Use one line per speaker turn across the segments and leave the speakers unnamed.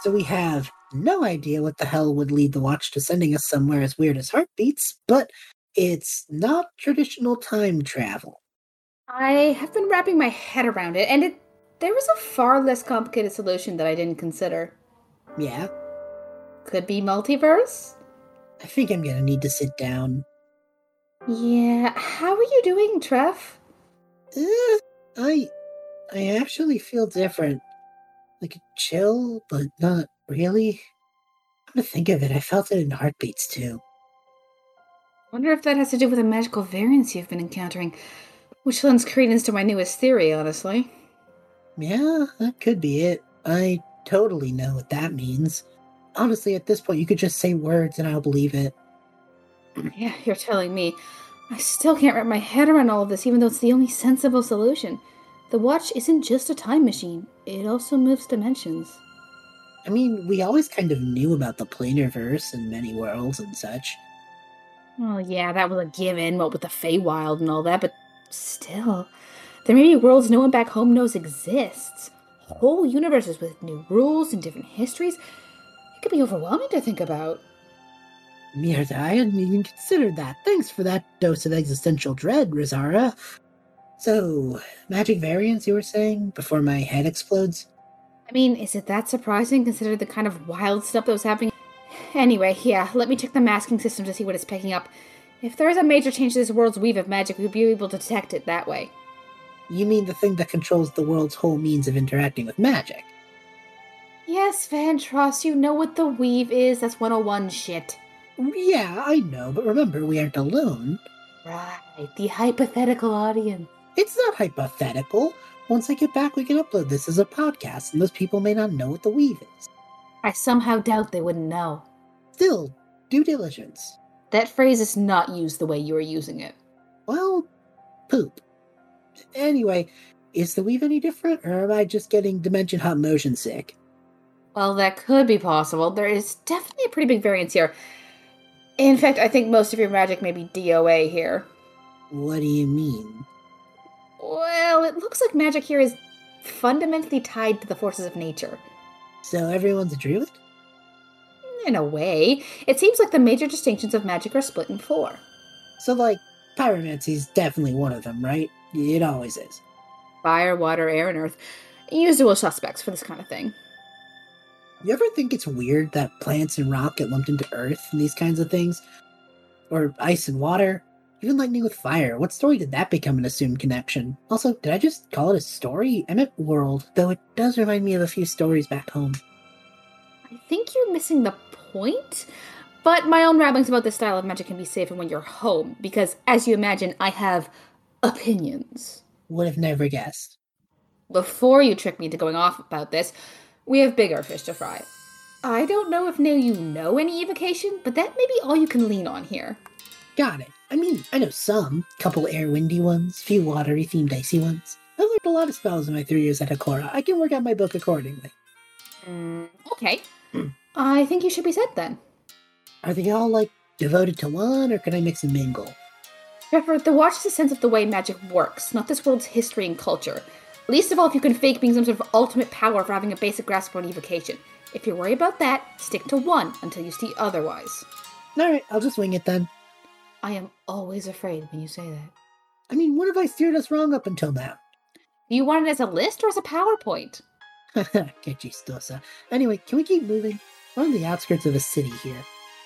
So we have no idea what the hell would lead the watch to sending us somewhere as weird as heartbeats, but it's not traditional time travel.
I have been wrapping my head around it, and it there was a far less complicated solution that I didn't consider.
Yeah,
Could be multiverse?
I think I'm gonna need to sit down.
Yeah, how are you doing, Trev?
Eh, I, I actually feel different. Like a chill, but not really. Come to think of it, I felt it in heartbeats too.
Wonder if that has to do with the magical variants you've been encountering, which lends credence to my newest theory, honestly.
Yeah, that could be it. I totally know what that means. Honestly, at this point, you could just say words and I'll believe it.
Yeah, you're telling me. I still can't wrap my head around all of this, even though it's the only sensible solution. The watch isn't just a time machine, it also moves dimensions.
I mean, we always kind of knew about the planar verse and many worlds and such.
Well, yeah, that was a given, what with the Feywild and all that, but still. There may be worlds no one back home knows exists. Whole universes with new rules and different histories. It could be overwhelming to think about.
Mirda, I hadn't even considered that. Thanks for that dose of existential dread, Rizara. So, magic variants, you were saying, before my head explodes?
I mean, is it that surprising considering the kind of wild stuff that was happening? Anyway, yeah, let me check the masking system to see what it's picking up. If there is a major change to this world's weave of magic, we'll be able to detect it that way.
You mean the thing that controls the world's whole means of interacting with magic?
Yes, Van Tross, you know what the weave is. That's 101 shit.
Yeah, I know, but remember, we aren't alone.
Right, the hypothetical audience.
It's not hypothetical. Once I get back, we can upload this as a podcast, and those people may not know what the weave is.
I somehow doubt they wouldn't know.
Still, due diligence.
That phrase is not used the way you are using it.
Well, poop. Anyway, is the weave any different, or am I just getting dimension hot motion sick?
Well, that could be possible. There is definitely a pretty big variance here. In fact, I think most of your magic may be DOA here.
What do you mean?
Well, it looks like magic here is fundamentally tied to the forces of nature.
So everyone's a druid?
In a way, it seems like the major distinctions of magic are split in four.
So, like, pyromancy's definitely one of them, right? It always is.
Fire, water, air, and earth. Usual suspects for this kind of thing.
You ever think it's weird that plants and rock get lumped into earth and these kinds of things? Or ice and water? Even lightning with fire. What story did that become an assumed connection? Also, did I just call it a story? I meant world, though it does remind me of a few stories back home.
I think you're missing the point. But my own ramblings about this style of magic can be safer when you're home, because as you imagine, I have opinions.
Would have never guessed.
Before you trick me into going off about this, we have bigger fish to fry. I don't know if now you know any evocation, but that may be all you can lean on here.
Got it. I mean, I know some. Couple air windy ones, few watery themed icy ones. I learned a lot of spells in my three years at Akora. I can work out my book accordingly.
Mm, okay. I think you should be set then.
Are they all like devoted to one, or can I mix and mingle?
Remember, the watch is a sense of the way magic works, not this world's history and culture. Least of all if you can fake being some sort of ultimate power for having a basic grasp on evocation. If you're worried about that, stick to one until you see otherwise.
All right, I'll just wing it then.
I am always afraid when you say that.
I mean, what have I steered us wrong up until now?
Do you want it as a list or as a PowerPoint?
Catchy stosa. Anyway, can we keep moving? We're on the outskirts of a city here.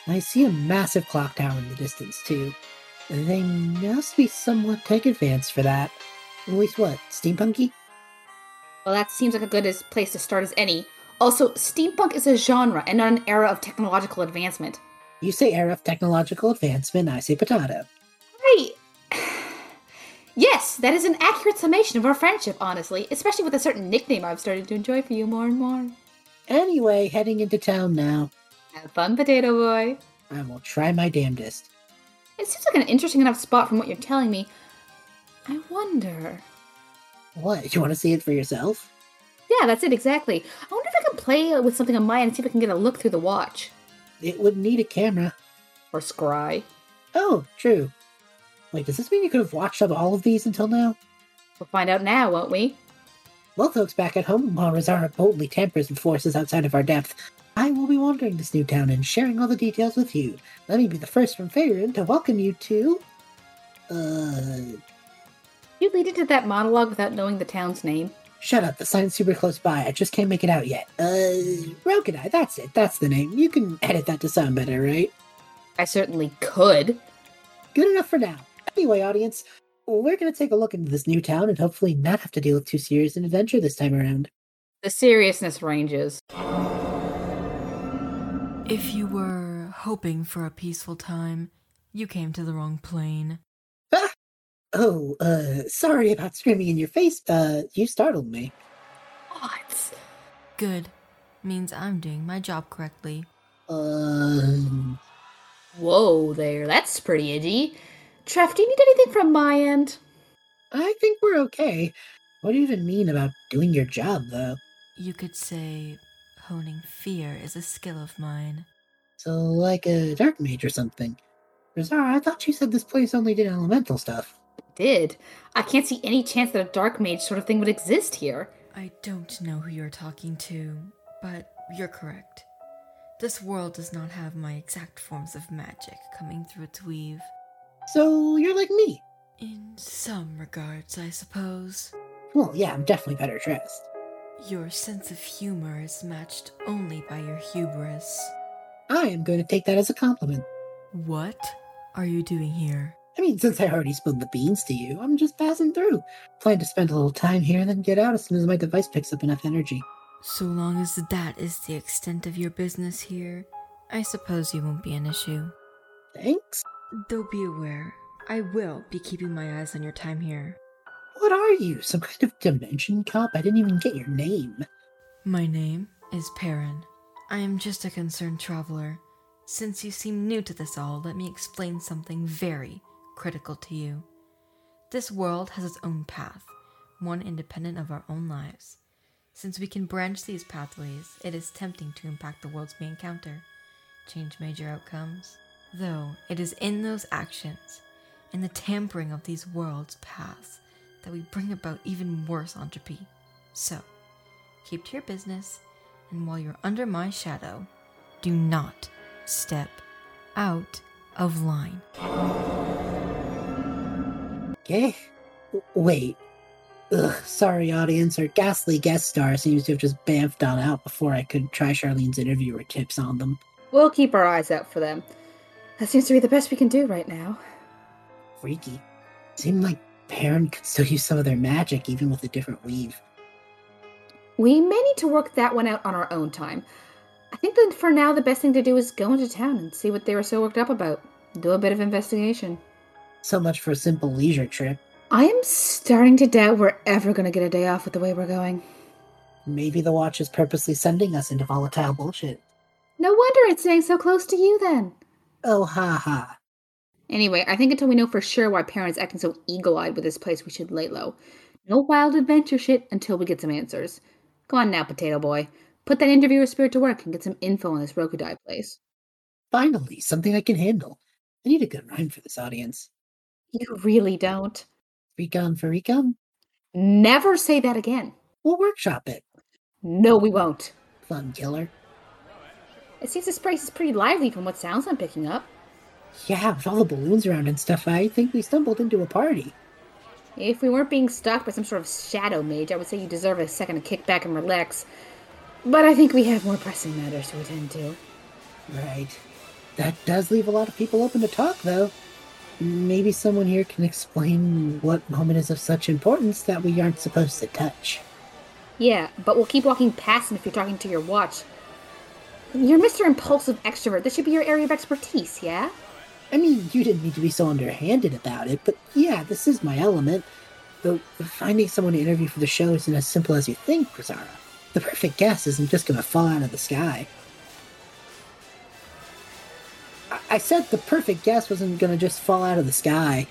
and I see a massive clock tower in the distance, too. They must be somewhat tech advanced for that. At least what, steampunky?
Well, that seems like a good as place to start as any. Also, steampunk is a genre and not an era of technological advancement.
You say era of technological advancement, I say potato.
Right. yes, that is an accurate summation of our friendship, honestly, especially with a certain nickname I've started to enjoy for you more and more.
Anyway, heading into town now.
Have fun, potato boy.
I will try my damnedest.
It seems like an interesting enough spot from what you're telling me. I wonder.
What? You want to see it for yourself?
Yeah, that's it exactly. I wonder if I can play with something on mine and see if I can get a look through the watch.
It would need a camera.
Or scry.
Oh, true. Wait, does this mean you could have watched up all of these until now?
We'll find out now, won't we?
Well, folks back at home, while Rosara boldly tampers with forces outside of our depth, I will be wandering this new town and sharing all the details with you. Let me be the first from Faerun to welcome you to. Uh,
You lead into that monologue without knowing the town's name.
shut up, the sign's super close by. I just can't make it out yet. Uh, Rokenai, that's it, that's the name. You can edit that to sound better, right?
I certainly could.
Good enough for now. Anyway, audience, we're gonna take a look into this new town and hopefully not have to deal with too serious an adventure this time around.
The seriousness ranges.
If you were hoping for a peaceful time, you came to the wrong plane.
Oh, uh, sorry about screaming in your face. Uh, you startled me.
What?
Good. Means I'm doing my job correctly.
Um,
Whoa there, that's pretty edgy. Treff, do you need anything from my end?
I think we're okay. What do you even mean about doing your job, though?
You could say honing fear is a skill of mine.
So, like a dark mage or something. Rosara, I thought you said this place only did elemental stuff.
Did. I can't see any chance that a dark mage sort of thing would exist here.
I don't know who you're talking to, but you're correct. This world does not have my exact forms of magic coming through its weave.
So, you're like me.
In some regards, I suppose.
Well, yeah, I'm definitely better dressed.
Your sense of humor is matched only by your hubris.
I am going to take that as a compliment.
What are you doing here?
I mean, since I already spilled the beans to you, I'm just passing through. Plan to spend a little time here and then get out as soon as my device picks up enough energy.
So long as that is the extent of your business here, I suppose you won't be an issue.
Thanks?
Though be aware, I will be keeping my eyes on your time here.
What are you? Some kind of dimension cop? I didn't even get your name.
My name is Perrin. I am just a concerned traveler. Since you seem new to this all, let me explain something very critical to you. This world has its own path, one independent of our own lives. Since we can branch these pathways, it is tempting to impact the worlds we encounter, change major outcomes. Though it is in those actions, in the tampering of these worlds' paths, that we bring about even worse entropy. So, keep to your business, and while you're under my shadow, do not step out of line.
Okay. W- Wait. Ugh, sorry, audience. Our ghastly guest star seems to have just bamfed on out before I could try Charlene's interview or tips on them.
We'll keep our eyes out for them. That seems to be the best we can do right now.
Freaky. Seemed like Perrin could still use some of their magic even with a different weave.
We may need to work that one out on our own time. I think that for now, the best thing to do is go into town and see what they were so worked up about. Do a bit of investigation.
So much for a simple leisure trip.
I am starting to doubt we're ever going to get a day off with the way we're going.
Maybe the watch is purposely sending us into volatile bullshit.
No wonder it's staying so close to you then.
Oh, ha ha.
Anyway, I think until we know for sure why parents acting so eagle-eyed with this place, we should lay low. No wild adventure shit until we get some answers. Go on now, potato boy. Put that interviewer spirit to work and get some info on this Rokudai place.
Finally, something I can handle. I need a good rhyme for this audience.
You really don't.
Recon for recon?
Never say that again.
We'll workshop it.
No, we won't.
Fun killer.
It seems this place is pretty lively from what sounds I'm picking up.
Yeah, with all the balloons around and stuff, I think we stumbled into a party.
If we weren't being stalked by some sort of shadow mage, I would say you deserve a second to kick back and relax. But I think we have more pressing matters to attend to.
Right. That does leave a lot of people open to talk, though. Maybe someone here can explain what moment is of such importance that we aren't supposed to touch.
Yeah, but we'll keep walking past him if you're talking to your watch. You're Mr. Impulsive Extrovert. This should be your area of expertise, yeah?
I mean, you didn't need to be so underhanded about it, but yeah, this is my element. Though finding someone to interview for the show isn't as simple as you think, Rosara. The perfect guest isn't just gonna fall out of the sky. I- I said the perfect guest wasn't gonna just fall out of the sky.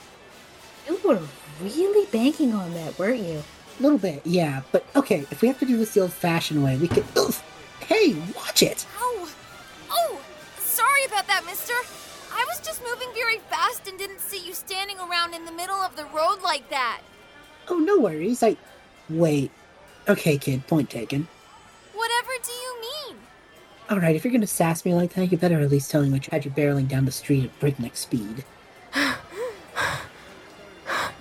You were really banking on that, weren't you?
A little bit, yeah. But okay, if we have to do this the old-fashioned way, we could. Oof. Hey, watch it!
Ow! Oh! Sorry about that, mister! I was just moving very fast and didn't see you standing around in the middle of the road like that.
Oh, no worries. I wait. Okay, kid, point taken.
Whatever do you mean?
Alright, if you're gonna sass me like that, you better at least tell me what you had you barreling down the street at breakneck speed.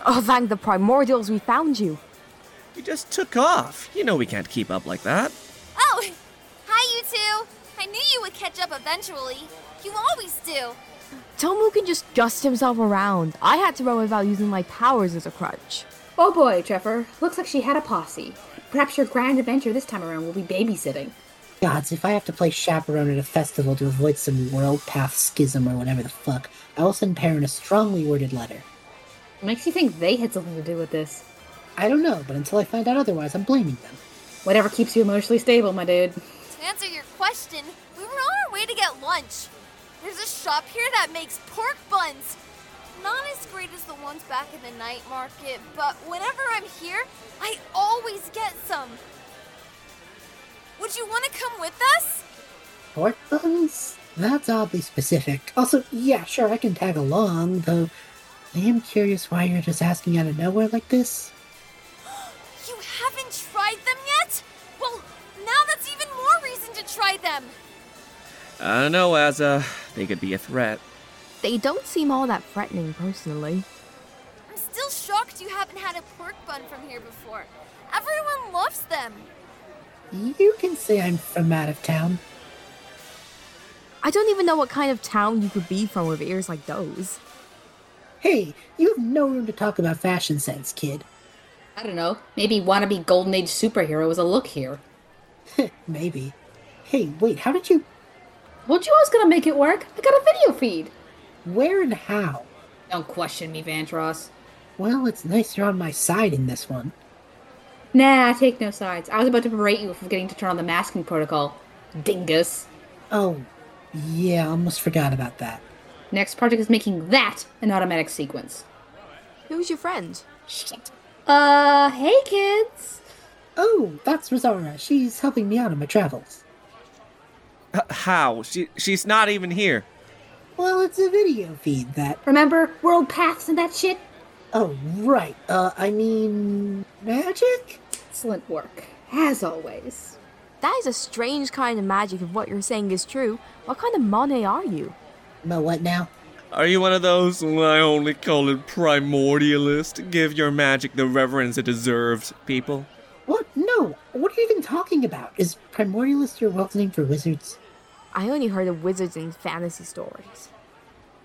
Oh, thank the primordials we found you.
You just took off. You know we can't keep up like that.
Oh, hi, you two. I knew you would catch up eventually. You always do.
Tomu can just dust himself around. I had to run without using my powers as a crutch.
Oh boy, Trevor. Looks like she had a posse. Perhaps your grand adventure this time around will be babysitting.
Gods, if I have to play chaperone at a festival to avoid some world path schism or whatever the fuck, I will send Perrin a strongly worded letter.
Makes you think they had something to do with this.
I don't know, but until I find out otherwise, I'm blaming them.
Whatever keeps you emotionally stable, my dude.
To answer your question, we were on our way to get lunch. There's a shop here that makes pork buns. Not as great as the ones back in the night market, but whenever I'm here, I always get some. Would you want to come with us?
Pork buns? That's oddly specific. Also, yeah, sure, I can tag along, though I am curious why you're just asking out of nowhere like this.
You haven't tried them yet? Well, now that's even more reason to try them.
I don't know, Azza. They could be a threat.
They don't seem all that threatening, personally.
I'm still shocked you haven't had a pork bun from here before. Everyone loves them.
You can say I'm from out of town.
I don't even know what kind of town you could be from with ears like those.
Hey, you have no room to talk about fashion sense, kid.
I don't know. Maybe wannabe Golden Age superhero is a look here.
Maybe. Hey, wait, how did you.
Told you I was gonna make it work. I got a video feed.
Where and how?
Don't question me, Vantros.
Well, it's nice you're on my side in this one.
Nah, I take no sides. I was about to berate you for forgetting to turn on the masking protocol. Dingus.
Oh, yeah, I almost forgot about that.
Next project is making that an automatic sequence.
Who's your friend?
Shit. Uh, hey kids.
Oh, that's Rosara. She's helping me out on my travels.
H- how? She she's not even here.
Well, it's a video feed that.
Remember world paths and that shit?
Oh, right. Uh, I mean. magic?
Excellent work, as always.
That is a strange kind of magic if what you're saying is true. What kind of Monet are you?
No, what now?
Are you one of those? "Well, I only call it primordialist. Give your magic the reverence it deserves, people.
What? No! What are you even talking about? Is Primordialist your world's name for wizards?
I only heard of wizards in fantasy stories.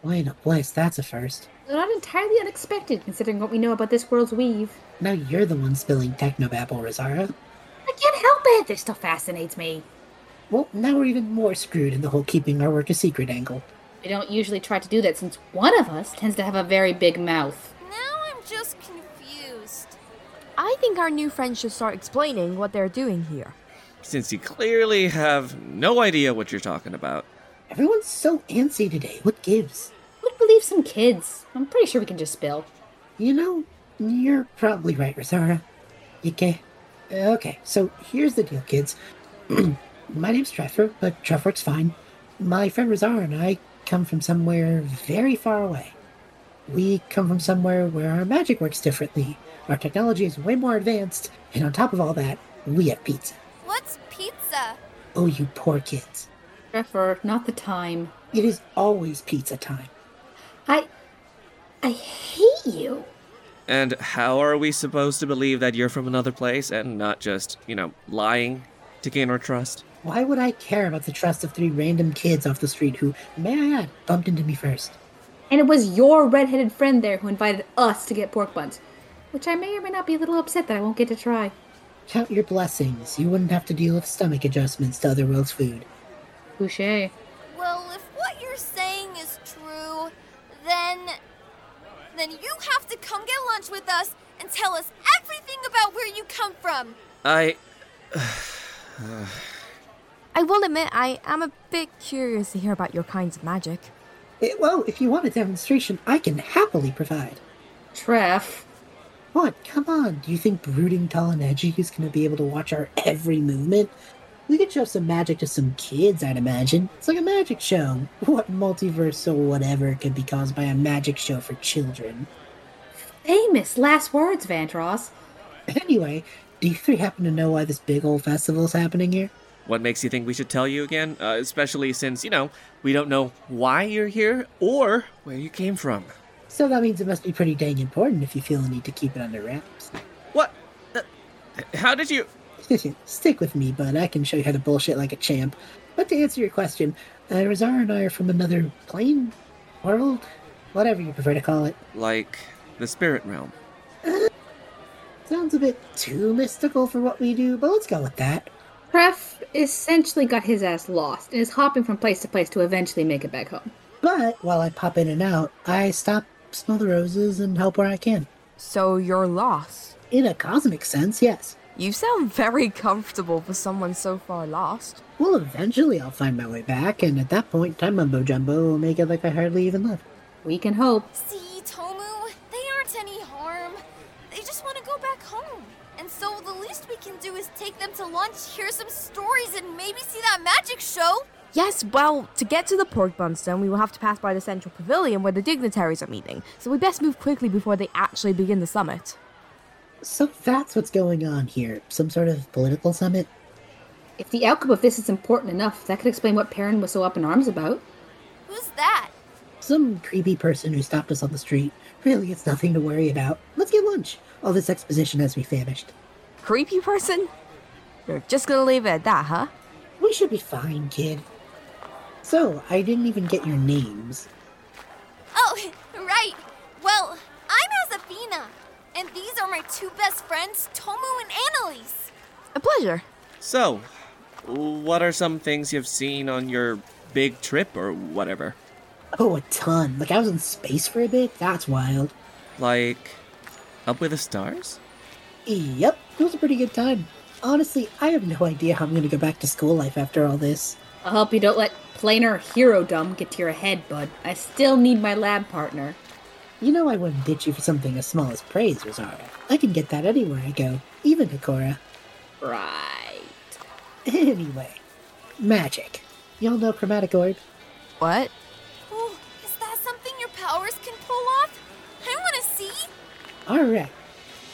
Wait a place, that's a first.
Not entirely unexpected, considering what we know about this world's weave.
Now you're the one spilling technobabble, Rosara.
I can't help it. This stuff fascinates me.
Well, now we're even more screwed in the whole keeping our work a secret angle.
We don't usually try to do that since one of us tends to have a very big mouth.
Now I'm just confused.
I think our new friends should start explaining what they're doing here.
Since you clearly have no idea what you're talking about.
Everyone's so antsy today. What gives?
Would believe some kids. I'm pretty sure we can just spill.
You know, you're probably right, Rosara. Okay. Okay, so here's the deal, kids. My name's Trevor, but Trevor's fine. My friend Rosara and I come from somewhere very far away. We come from somewhere where our magic works differently, our technology is way more advanced, and on top of all that, we have pizza.
What's pizza?
Oh, you poor kids.
Trevor, not the time.
It is always pizza time.
I. I hate you.
And how are we supposed to believe that you're from another place and not just, you know, lying to gain our trust?
Why would I care about the trust of three random kids off the street who, may I add, bumped into me first?
And it was your redheaded friend there who invited us to get pork buns, which I may or may not be a little upset that I won't get to try.
Count your blessings. You wouldn't have to deal with stomach adjustments to other world's food.
Boucher.
Well, if what you're saying is true, then. then you have to come get lunch with us and tell us everything about where you come from.
I.
I will admit I am a bit curious to hear about your kinds of magic.
Eh, well, if you want a demonstration, I can happily provide.
Treff.
What? Come on. Do you think brooding tall and edgy is going to be able to watch our every movement? We could show some magic to some kids, I'd imagine. It's like a magic show. What multiverse or whatever could be caused by a magic show for children?
Famous last words, Vantros.
Anyway, Do you three happen to know why this big old festival is happening here?
What makes you think we should tell you again? Uh, especially since, you know, we don't know why you're here or where you came from.
So that means it must be pretty dang important if you feel the need to keep it under wraps.
What? Uh, how did you.
Stick with me, bud. I can show you how to bullshit like a champ. But to answer your question, uh, Razar and I are from another plane, world, whatever you prefer to call it.
Like the spirit realm.
Sounds a bit too mystical for what we do, but let's go with that.
Pref essentially got his ass lost and is hopping from place to place to eventually make it back home.
But while I pop in and out, I stop, smell the roses, and help where I can.
So you're lost.
In a cosmic sense, yes.
You sound very comfortable for someone so far lost.
Well, eventually I'll find my way back, and at that point, time mumbo jumbo will make it like I hardly even left.
We can hope.
See, Tomu, they aren't any harm. They just want to go back home. And so the least we can do is take them to lunch, hear some stories, and maybe see that magic show.
Yes, well, to get to the pork bun stone, we will have to pass by the central pavilion where the dignitaries are meeting, so we best move quickly before they actually begin the summit.
So that's what's going on here. Some sort of political summit?
If the outcome of this is important enough, that could explain what Perrin was so up in arms about.
Who's that?
Some creepy person who stopped us on the street. Really, it's nothing to worry about. Let's get lunch. All this exposition has me famished.
Creepy person? You're just gonna leave it at that, huh?
We should be fine, kid. So, I didn't even get your names.
Oh, right. Well, I'm Azafina, and these are my two best friends, Tomu and Annalise.
A pleasure.
So, what are some things you've seen on your big trip or whatever?
Oh, a ton. Like, I was in space for a bit. That's wild.
Like, up with the stars?
Yep, it was a pretty good time. Honestly, I have no idea how I'm going to go back to school life after all this.
I'll help you don't let planar hero dumb get to your head, bud. I still need my lab partner.
You know I wouldn't ditch you for something as small as praise, Rosara. I can get that anywhere I go, even Hikora.
Right.
Anyway, magic. Y'all know Chromatic Orb?
What?
Oh, is that something your powers can pull off? I want to see.
Alright,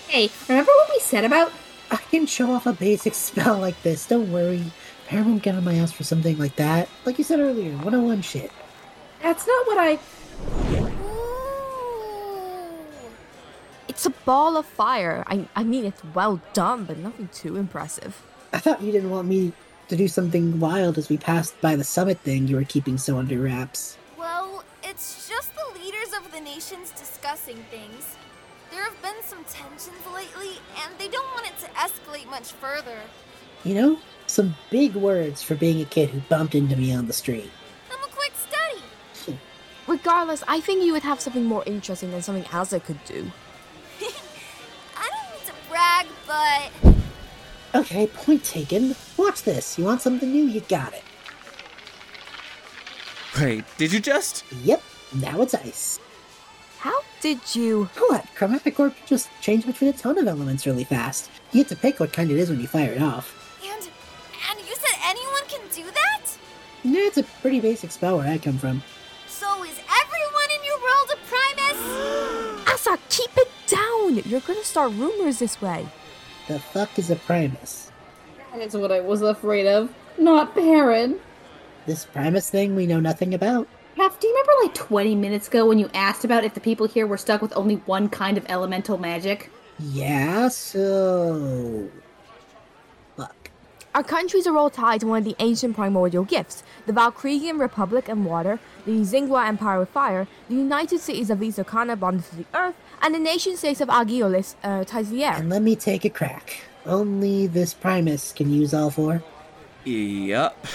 Hey, remember what we said about?
I can show off a basic spell like this, don't worry. Parent won't get on my ass for something like that. Like you said earlier, 101 shit.
That's not what I.
Ooh.
It's a ball of fire. I, I mean, it's well done, but nothing too impressive.
I thought you didn't want me to do something wild as we passed by the summit thing you were keeping so under wraps.
Well, it's just the leaders of the nations discussing things. There have been some tensions lately, and they don't want it to escalate much further.
You know? Some big words for being a kid who bumped into me on the street.
I'm a quick study.
Regardless, I think you would have something more interesting than something Azza could do.
I don't mean to brag, but
Okay, point taken. Watch this. You want something new? You got it.
Wait, did you just?
Yep, now it's ice.
How did you?
What? Chromatic Orb can just change between a ton of elements really fast. You get to pick what kind it is when you fire it off.
and and you said anyone can do that?
Yeah, it's a pretty basic spell where I come from.
So is everyone in your world a Primus?
Azza, keep it down! You're gonna start rumors this way.
The fuck is a Primus?
That's what I was afraid of. Not Perrin.
This Primus thing we know nothing about.
Jeff, do you remember like 20 minutes ago when you asked about if the people here were stuck with only one kind of elemental magic?
Yeah, so. Fuck.
Our countries are all tied to one of the ancient primordial gifts the Valkyrian Republic and water, the Zingwa Empire with fire, the United Cities of Isokana bonded to the earth, and the nation states of Agiolus uh, ties to the air.
And let me take a crack. Only this Primus can use all four.
Yup.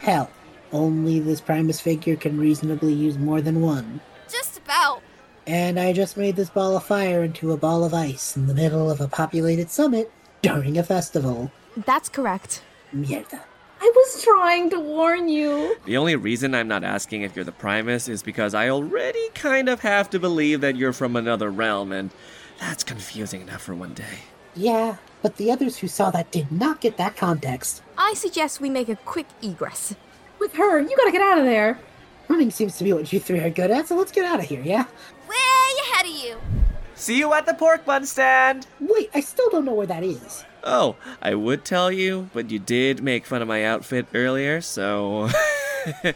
Hell, only this Primus figure can reasonably use more than one.
Just about.
And I just made this ball of fire into a ball of ice in the middle of a populated summit during a festival.
That's correct.
Mierda.
I was trying to warn you.
The only reason I'm not asking if you're the Primus is because I already kind of have to believe that you're from another realm, and that's confusing enough for one day.
Yeah, but the others who saw that did not get that context.
I suggest we make a quick egress.
With her, you gotta get out of there.
Running seems to be what you three are good at, so let's get out of here, yeah?
Way ahead of you.
See you at the pork bun stand!
Wait, I still don't know where that is.
Oh, I would tell you, but you did make fun of my outfit earlier, so.
Big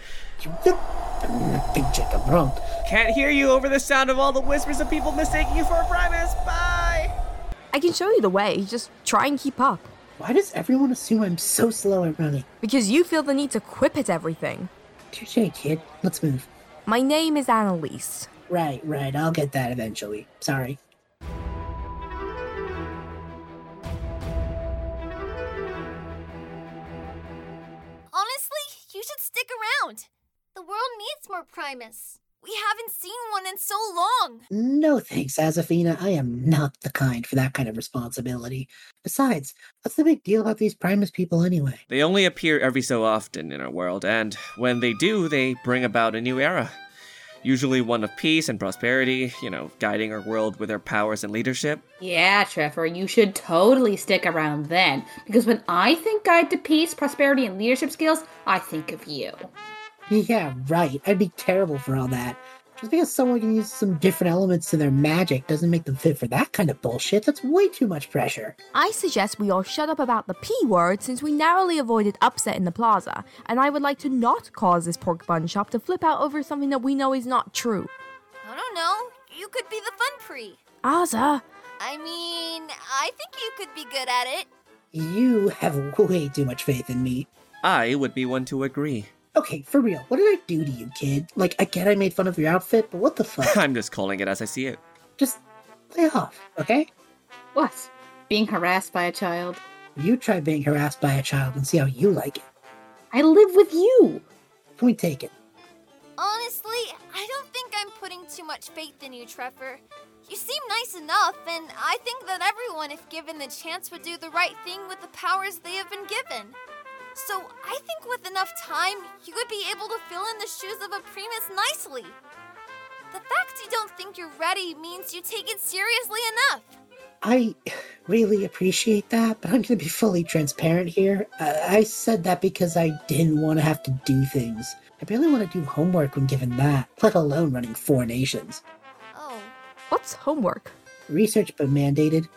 Jacob wrong.
Can't hear you over the sound of all the whispers of people mistaking you for a Primus. Bye!
I can show you the way, just try and keep up.
Why does everyone assume I'm so slow at running?
Because you feel the need to quip at everything.
Touche, kid. Let's move.
My name is Annalise.
Right, right. I'll get that eventually. Sorry.
Honestly, you should stick around. The world needs more Primus. We haven't seen one in so long.
No thanks, Azafina. I am not the kind for that kind of responsibility. Besides, what's the big deal about these Primus people anyway?
They only appear every so often in our world, and when they do, they bring about a new era. Usually one of peace and prosperity, you know, guiding our world with their powers and leadership.
Yeah, Trevor, you should totally stick around then, because when I think guide to peace, prosperity, and leadership skills, I think of you.
Yeah, right. I'd be terrible for all that. Just because someone can use some different elements to their magic doesn't make them fit for that kind of bullshit. That's way too much pressure.
I suggest we all shut up about the P word since we narrowly avoided upset in the plaza, and I would like to not cause this pork bun shop to flip out over something that we know is not true.
I don't know. You could be the fun pre.
Aza,
I mean, I think you could be good at it.
You have way too much faith in me.
I would be one to agree.
Okay, for real, what did I do to you, kid? Like, I get I made fun of your outfit, but what the fuck?
I'm just calling it as I see it.
Just play off, okay?
What? Being harassed by a child?
You try being harassed by a child and see how you like it.
I live with you!
Point taken.
Honestly, I don't think I'm putting too much faith in you, Trevor. You seem nice enough, and I think that everyone, if given the chance, would do the right thing with the powers they have been given. So I think with enough time, you would be able to fill in the shoes of a Primus nicely. The fact you don't think you're ready means you take it seriously enough.
I really appreciate that, but I'm going to be fully transparent here. Uh, I-, I said that because I didn't want to have to do things. I barely want to do homework when given that, let alone running four nations.
Oh,
what's homework?
Research but mandated.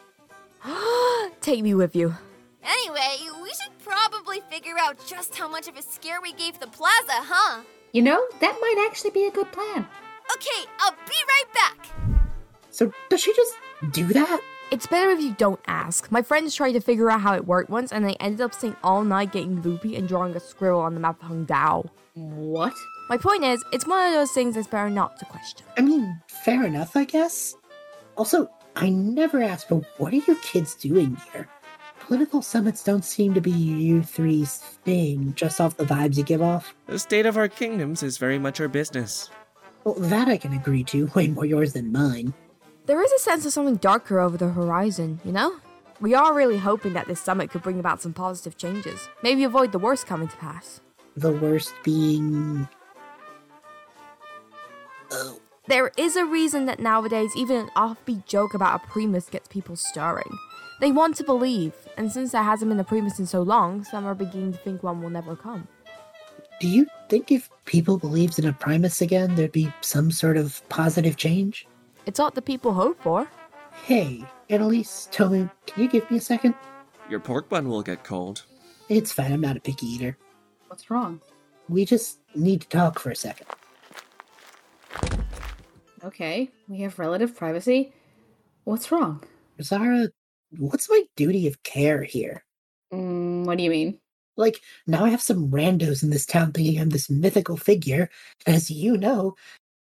Take me with you.
Anyway, we should probably figure out just how much of a scare we gave the plaza, huh?
You know, that might actually be a good plan.
Okay, I'll be right back.
So does she just do that?
It's better if you don't ask. My friends tried to figure out how it worked once, and they ended up staying all night getting loopy and drawing a squirrel on the map of Hongdao.
What?
My point is, it's one of those things that's better not to question.
I mean, fair enough, I guess. Also, I never asked, but what are you kids doing here? Political summits don't seem to be you three's thing, just off the vibes you give off.
The state of our kingdoms is very much our business.
Well, that I can agree to, way more yours than mine.
There is a sense of something darker over the horizon, you know? We are really hoping that this summit could bring about some positive changes. Maybe avoid the worst coming to pass.
The worst being. Oh,
There is a reason that nowadays even an offbeat joke about a Primus gets people stirring. They want to believe, and since there hasn't been a Primus in so long, some are beginning to think one will never come.
do you think if people believed in a Primus again, there'd be some sort of positive change?
It's what the people hope for.
Hey, Annalise, Tomu, can you give me a second?
Your pork bun will get cold.
It's fine, I'm not a picky eater.
What's wrong?
We just need to talk for a second.
Okay, we have relative privacy. What's wrong?
Zara, what's my duty of care here?
Mm, what do you mean?
Like, now I have some randos in this town thinking I'm this mythical figure, and as you know,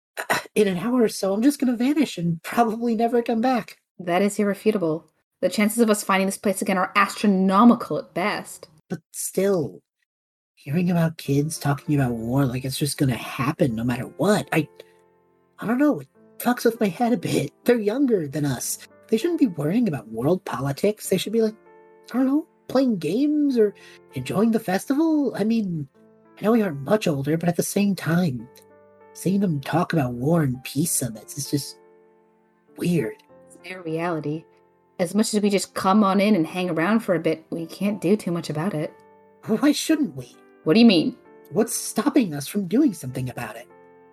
in an hour or so, I'm just gonna vanish and probably never come back.
That is irrefutable. The chances of us finding this place again are astronomical at best.
But still, hearing about kids talking about war like it's just gonna happen no matter what, I, I don't know, it fucks with my head a bit. They're younger than us. They shouldn't be worrying about world politics. They should be like, I don't know, playing games or enjoying the festival. I mean, I know we aren't much older, but at the same time, seeing them talk about war and peace summits is just weird.
It's their reality. As much as we just come on in and hang around for a bit, we can't do too much about it.
Why shouldn't we?
What do you mean?
What's stopping us from doing something about it?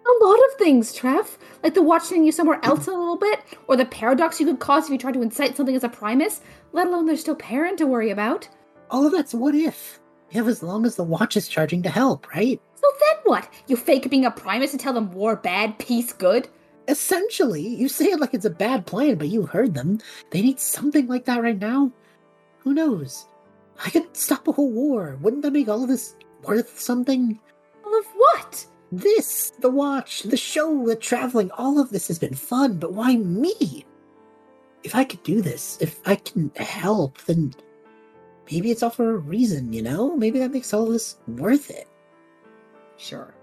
Oh, a lot of things, Trev. Like the watch sending you somewhere else in a little bit, or the paradox you could cause if you tried to incite something as a primus, let alone there's still Perrin to worry about.
All of Oh, that's what if. We have as long as the watch is charging to help, right?
So then what? You fake being a primus to tell them war bad, peace good?
Essentially, you say it like it's a bad plan, but you heard them. They need something like that right now. Who knows? I could stop a whole war. Wouldn't that make all of this worth something?
All of what?
This, the watch, the show, the traveling, all of this has been fun, but why me? If I could do this, if I can help, then maybe it's all for a reason, you know? Maybe that makes all this worth it.
Sure.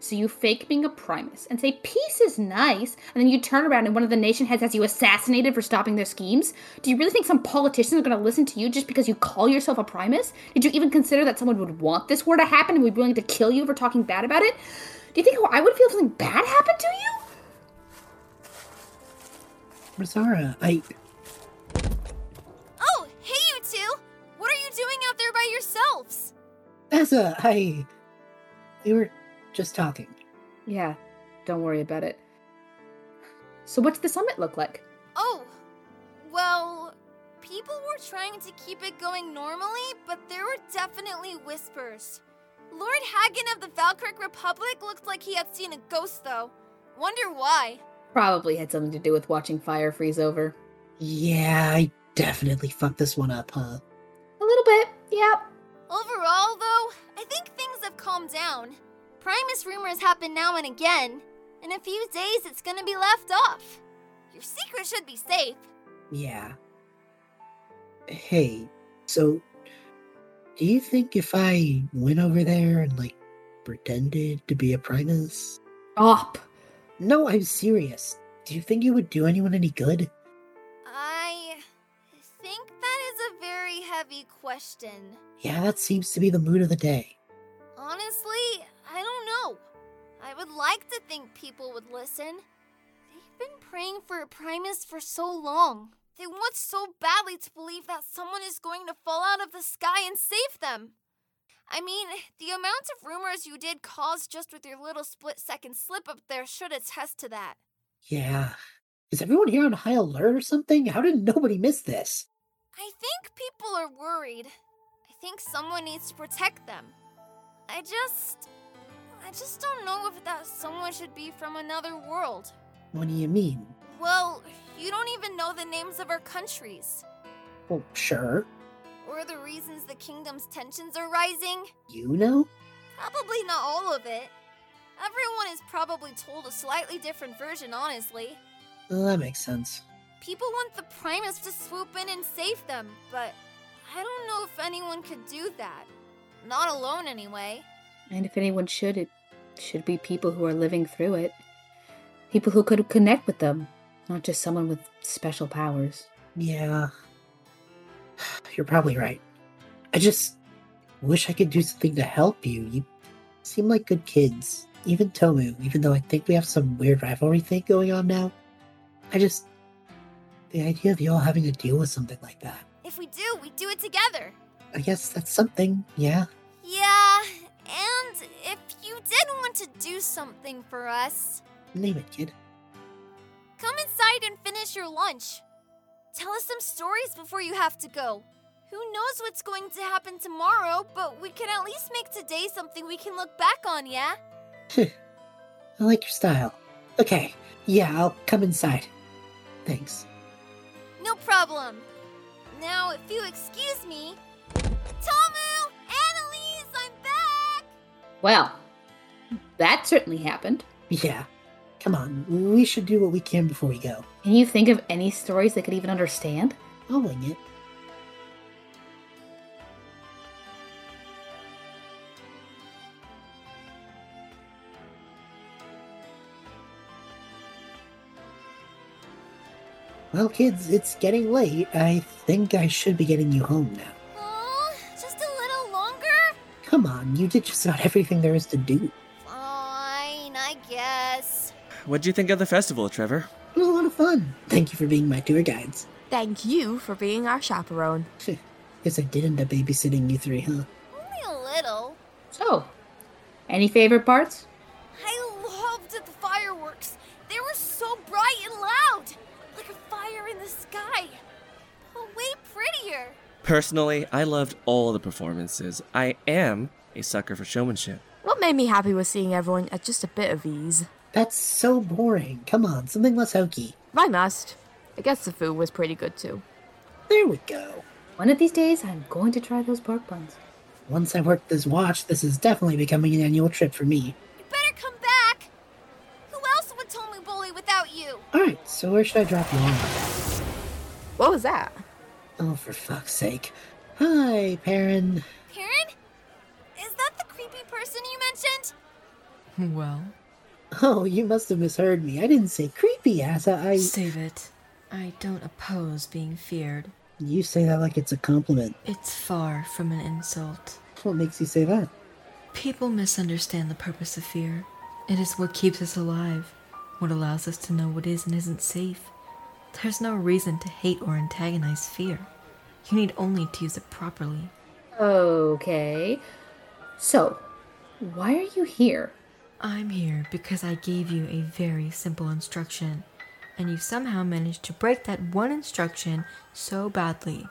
So you fake being a primus and say peace is nice, and then you turn around and one of the nation heads has you assassinated for stopping their schemes? Do you really think some politicians are going to listen to you just because you call yourself a primus? Did you even consider that someone would want this war to happen and would be willing to kill you for talking bad about it? Do you think I would feel if something bad happened to you?
Rosara, I.
Oh, hey, you two! What are you doing out there by yourselves?
Essa, I. We were just talking.
Yeah, don't worry about it. So what's the summit look like?
Oh, well, people were trying to keep it going normally, but there were definitely whispers. Lord Hagen of the Valkyric Republic looked like he had seen a ghost, though. Wonder why.
Probably had something to do with watching fire freeze over.
Yeah, I definitely fucked this one up, huh?
A little bit, yeah.
Overall, though, I think things have calmed down. Primus rumors happen now and again. In a few days, it's gonna be left off. Your secret should be safe.
Yeah. Hey, so do you think if I went over there and like pretended to be a Primus?
Up.
No, I'm serious. Do you think it would do anyone any good?
I think that is a very heavy question.
Yeah, that seems to be the mood of the day.
Honestly, I don't know. I would like to think people would listen. They've been praying for a Primus for so long. They want so badly to believe that someone is going to fall out of the sky and save them. I mean, the amount of rumors you did cause just with your little split second slip up there should attest to that.
Yeah. Is everyone here on high alert or something? How did nobody miss this?
I think people are worried. I think someone needs to protect them. I just. I just don't know if that someone should be from another world.
What do you mean?
Well, you don't even know the names of our countries,
Well, sure.
or the reasons the kingdom's tensions are rising.
You know?
Probably not all of it. Everyone is probably told a slightly different version, honestly.
Well, that makes sense.
People want the Primus to swoop in and save them, but I don't know if anyone could do that. Not alone, anyway.
And if anyone should, it should be people who are living through it. People who could connect with them, not just someone with special powers.
Yeah. You're probably right. I just wish I could do something to help you. You seem like good kids. Even Tomu, even though I think we have some weird rivalry thing going on now. I just. The idea of y'all having to deal with something like that.
If we do, we do it together.
I guess that's something, yeah.
Yeah, and if you did want to do something for us,
Name it, kid.
come inside and finish your lunch. Tell us some stories before you have to go. Who knows what's going to happen tomorrow, but we can at least make today something we can look back on, yeah?
I like your style. Okay, yeah, I'll come inside. Thanks.
No problem. Now, if you excuse me. Tomu! Annalise, I'm back!
Well, that certainly happened.
Yeah, come on, we should do what we can before we go.
Can you think of any stories they could even understand?
I'll wing it. Well, kids, it's getting late. I think I should be getting you home now.
Oh, just a little longer?
Come on, you did just about everything there is to do.
Fine, I guess.
What'd you think of the festival, Trevor?
It was a lot of fun. Thank you for being my tour guides.
Thank you for being our chaperone.
Guess I did end up babysitting you three, huh?
Only a little.
So, any favorite parts?
I loved the bright and loud, like a fire in the sky. But way prettier.
Personally, I loved all the performances. I am a sucker for showmanship.
What made me happy was seeing everyone at just a bit of ease.
That's so boring. Come on, something less hokey.
I must. I guess the food was pretty good too.
There we go.
One of these days, I'm going to try those pork buns.
Once I work this watch, this is definitely becoming an annual trip for me.
You better come back. Who else would Tomu Bully without you?
Alright, so where should I drop you off?
What was that?
Oh, for fuck's sake. Hi, Perrin.
Karen? Is that the creepy person you mentioned?
Well,
Oh, you must have misheard me. I didn't say creepy, as I.
save it. I don't oppose being feared.
You say that like it's a compliment.
It's far from an insult.
What makes you say that?
People misunderstand the purpose of fear. It is what keeps us alive, what allows us to know what is and isn't safe. There's no reason to hate or antagonize fear. You need only to use it properly.
Okay. So, why are you here?
I'm here because I gave you a very simple instruction, and you somehow managed to break that one instruction so badly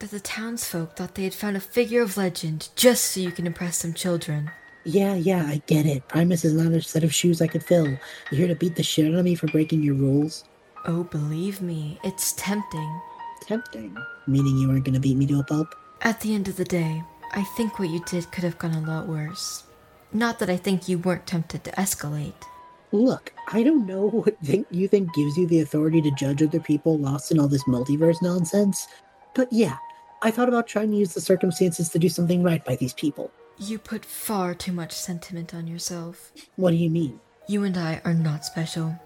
that the townsfolk thought they had found a figure of legend just so you can impress some children.
Yeah, yeah, I get it. Primus is not a set of shoes I could fill. You're here to beat the shit out of me for breaking your rules?
Oh, believe me, it's tempting.
Tempting. Meaning you aren't gonna beat me to a pulp?
At the end of the day, I think what you did could have gone a lot worse. Not that I think you weren't tempted to escalate.
Look, I don't know what think you think gives you the authority to judge other people lost in all this multiverse nonsense, but yeah, I thought about trying to use the circumstances to do something right by these people.
You put far too much sentiment on yourself.
What do you mean?
You and I are not special.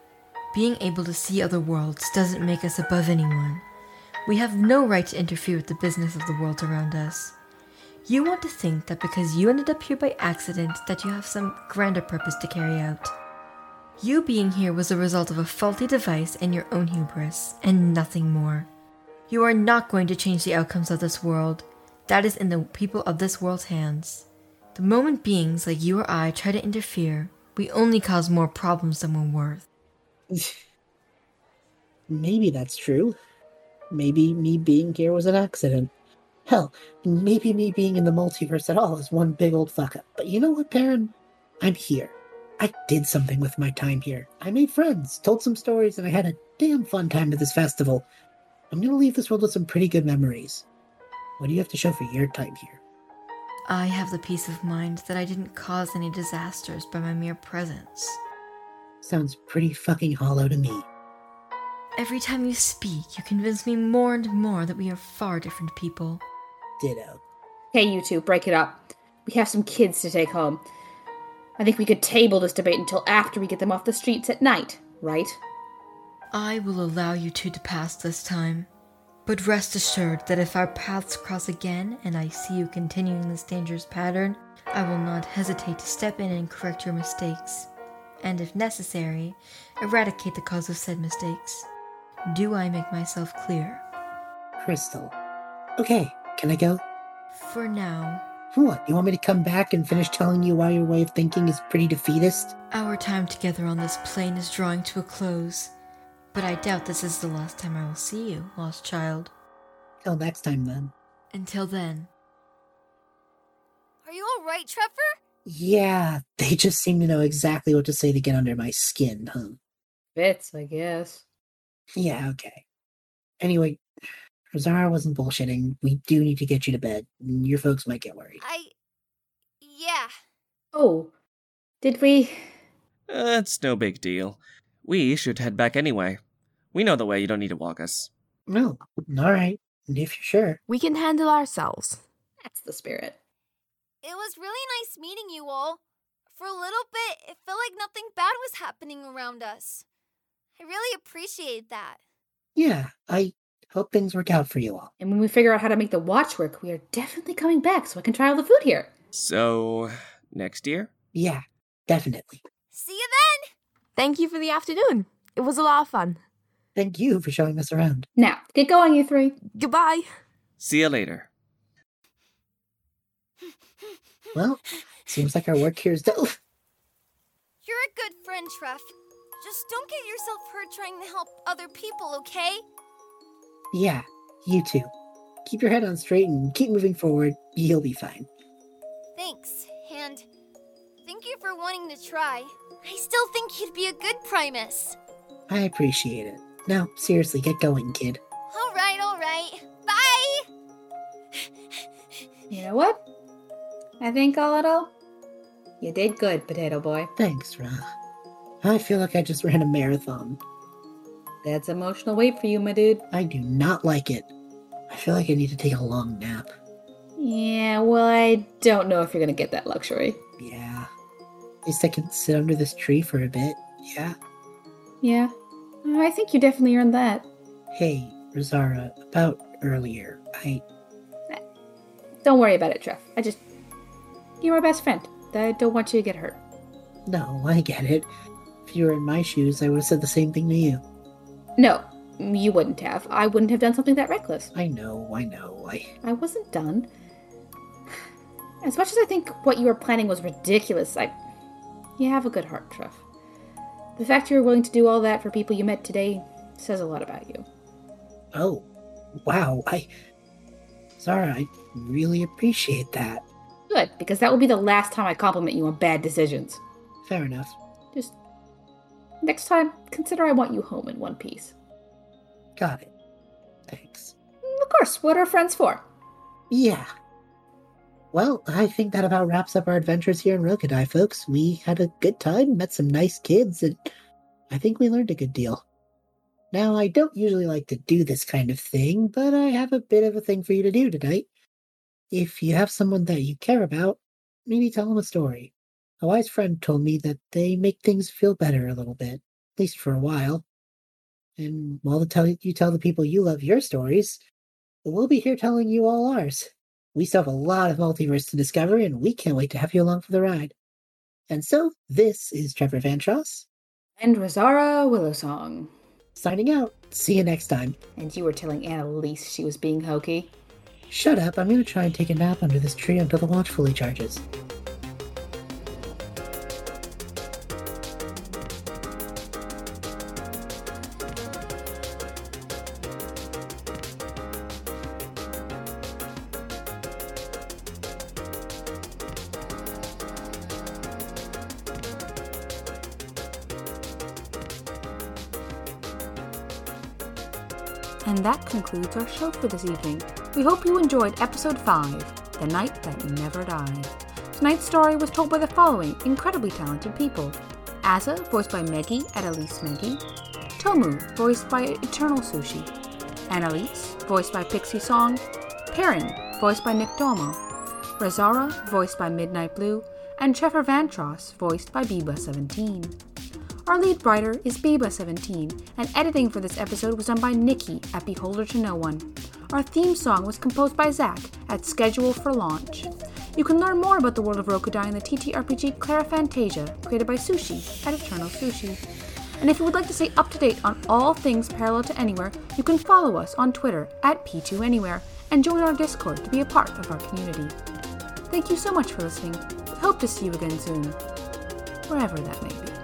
Being able to see other worlds doesn't make us above anyone. We have no right to interfere with the business of the world around us. You want to think that because you ended up here by accident that you have some grander purpose to carry out. You being here was a result of a faulty device and your own hubris, and nothing more. You are not going to change the outcomes of this world. That is in the people of this world's hands. The moment beings like you or I try to interfere, we only cause more problems than we're worth.
Maybe that's true. Maybe me being here was an accident. Hell, maybe me being in the multiverse at all is one big old fuck up. But you know what, Baron? I'm here. I did something with my time here. I made friends, told some stories, and I had a damn fun time at this festival. I'm gonna leave this world with some pretty good memories. What do you have to show for your time here?
I have the peace of mind that I didn't cause any disasters by my mere presence.
Sounds pretty fucking hollow to me.
Every time you speak, you convince me more and more that we are far different people.
Ditto.
Hey, you two, break it up. We have some kids to take home. I think we could table this debate until after we get them off the streets at night, right?
I will allow you two to pass this time, but rest assured that if our paths cross again and I see you continuing this dangerous pattern, I will not hesitate to step in and correct your mistakes, and if necessary, eradicate the cause of said mistakes. Do I make myself clear?
Crystal. Okay, can I go?
For now,
What, you want me to come back and finish telling you why your way of thinking is pretty defeatist?
Our time together on this plane is drawing to a close, but I doubt this is the last time I will see you, lost child.
Till next time then.
Until then,
Are you alright, Trevor?
Yeah, they just seem to know exactly what to say to get under my skin, huh?
Fits, I guess.
Yeah, okay. Anyway, Rosara wasn't bullshitting. We do need to get you to bed. Your folks might get worried.
I. Yeah.
Oh, did we?
Uh, it's no big deal. We should head back anyway. We know the way, you don't need to walk us.
No, all right. If you're sure.
We can handle ourselves.
That's the spirit.
It was really nice meeting you all. For a little bit, it felt like nothing bad was happening around us. I really appreciated that.
Yeah, I hope things work out for you all.
And when we figure out how to make the watch work, we are definitely coming back so I can try all the food here.
So, next year?
Yeah, definitely.
See you then!
Thank you for the afternoon. It was a lot of fun.
Thank you for showing us around.
Now, get going, you three.
Goodbye.
See you later.
Well, seems like our work here is done.
You're a good friend, Trev. Just don't get yourself hurt trying to help other people, okay?
Yeah, you too. Keep your head on straight and keep moving forward. You'll be fine.
Thanks, and thank you for wanting to try. I still think you'd be a good Primus.
I appreciate it. Now, seriously, get going, kid.
All right, all right. Bye!
You know what? I think all in all, you did good, Potato Boy.
Thanks, Ra. I feel like I just ran a marathon.
That's emotional weight for you, my dude.
I do not like it. I feel like I need to take a long nap.
Yeah, well, I don't know if you're gonna get that luxury.
Yeah. At least I can sit under this tree for a bit. Yeah.
Yeah. Oh, I think you definitely earned that.
Hey, Rosara, about earlier. I.
Don't worry about it, Trev. I just. You're my best friend. I don't want you to get hurt.
No, I get it. If you were in my shoes, I would have said the same thing to you.
No, you wouldn't have. I wouldn't have done something that reckless.
I know, I know. I.
I wasn't done. As much as I think what you were planning was ridiculous, I. You have a good heart, Trev. The fact you were willing to do all that for people you met today says a lot about you.
Oh, wow. I. Zara, I really appreciate that.
Good, because that will be the last time I compliment you on bad decisions.
Fair enough.
Just. Next time, consider I want you home in one piece.
Got it. Thanks.
Of course, what are friends for?
Yeah. Well, I think that about wraps up our adventures here in Rokadai, folks. We had a good time, met some nice kids, and I think we learned a good deal. Now, I don't usually like to do this kind of thing, but I have a bit of a thing for you to do tonight. If you have someone that you care about, maybe tell them a story. A wise friend told me that they make things feel better a little bit, at least for a while. And while the tell you tell the people you love your stories, we'll be here telling you all ours. We still have a lot of multiverse to discover, and we can't wait to have you along for the ride. And so, this is Trevor Vantros
And Rosara Willowsong.
signing out. See you next time.
And you were telling Annalise she was being hokey.
Shut up, I'm gonna try and take a nap under this tree until the watch fully charges.
And that concludes our show for this evening. We hope you enjoyed episode 5 The Night That Never Died. Tonight's story was told by the following incredibly talented people Asa, voiced by Meggie at Elise Meggie, Tomu, voiced by Eternal Sushi, Annalise, voiced by Pixie Song, Perrin, voiced by Nick Domo, Razara, voiced by Midnight Blue, and Trevor Vantros, voiced by Biba17. Our lead writer is Biba17, and editing for this episode was done by Nikki at Beholder to No One. Our theme song was composed by Zach at Schedule for Launch. You can learn more about the world of Rokudai in the TTRPG Clara Fantasia, created by Sushi at Eternal Sushi. And if you would like to stay up to date on all things parallel to Anywhere, you can follow us on Twitter at P2Anywhere and join our Discord to be a part of our community. Thank you so much for listening. We hope to see you again soon, wherever that may be.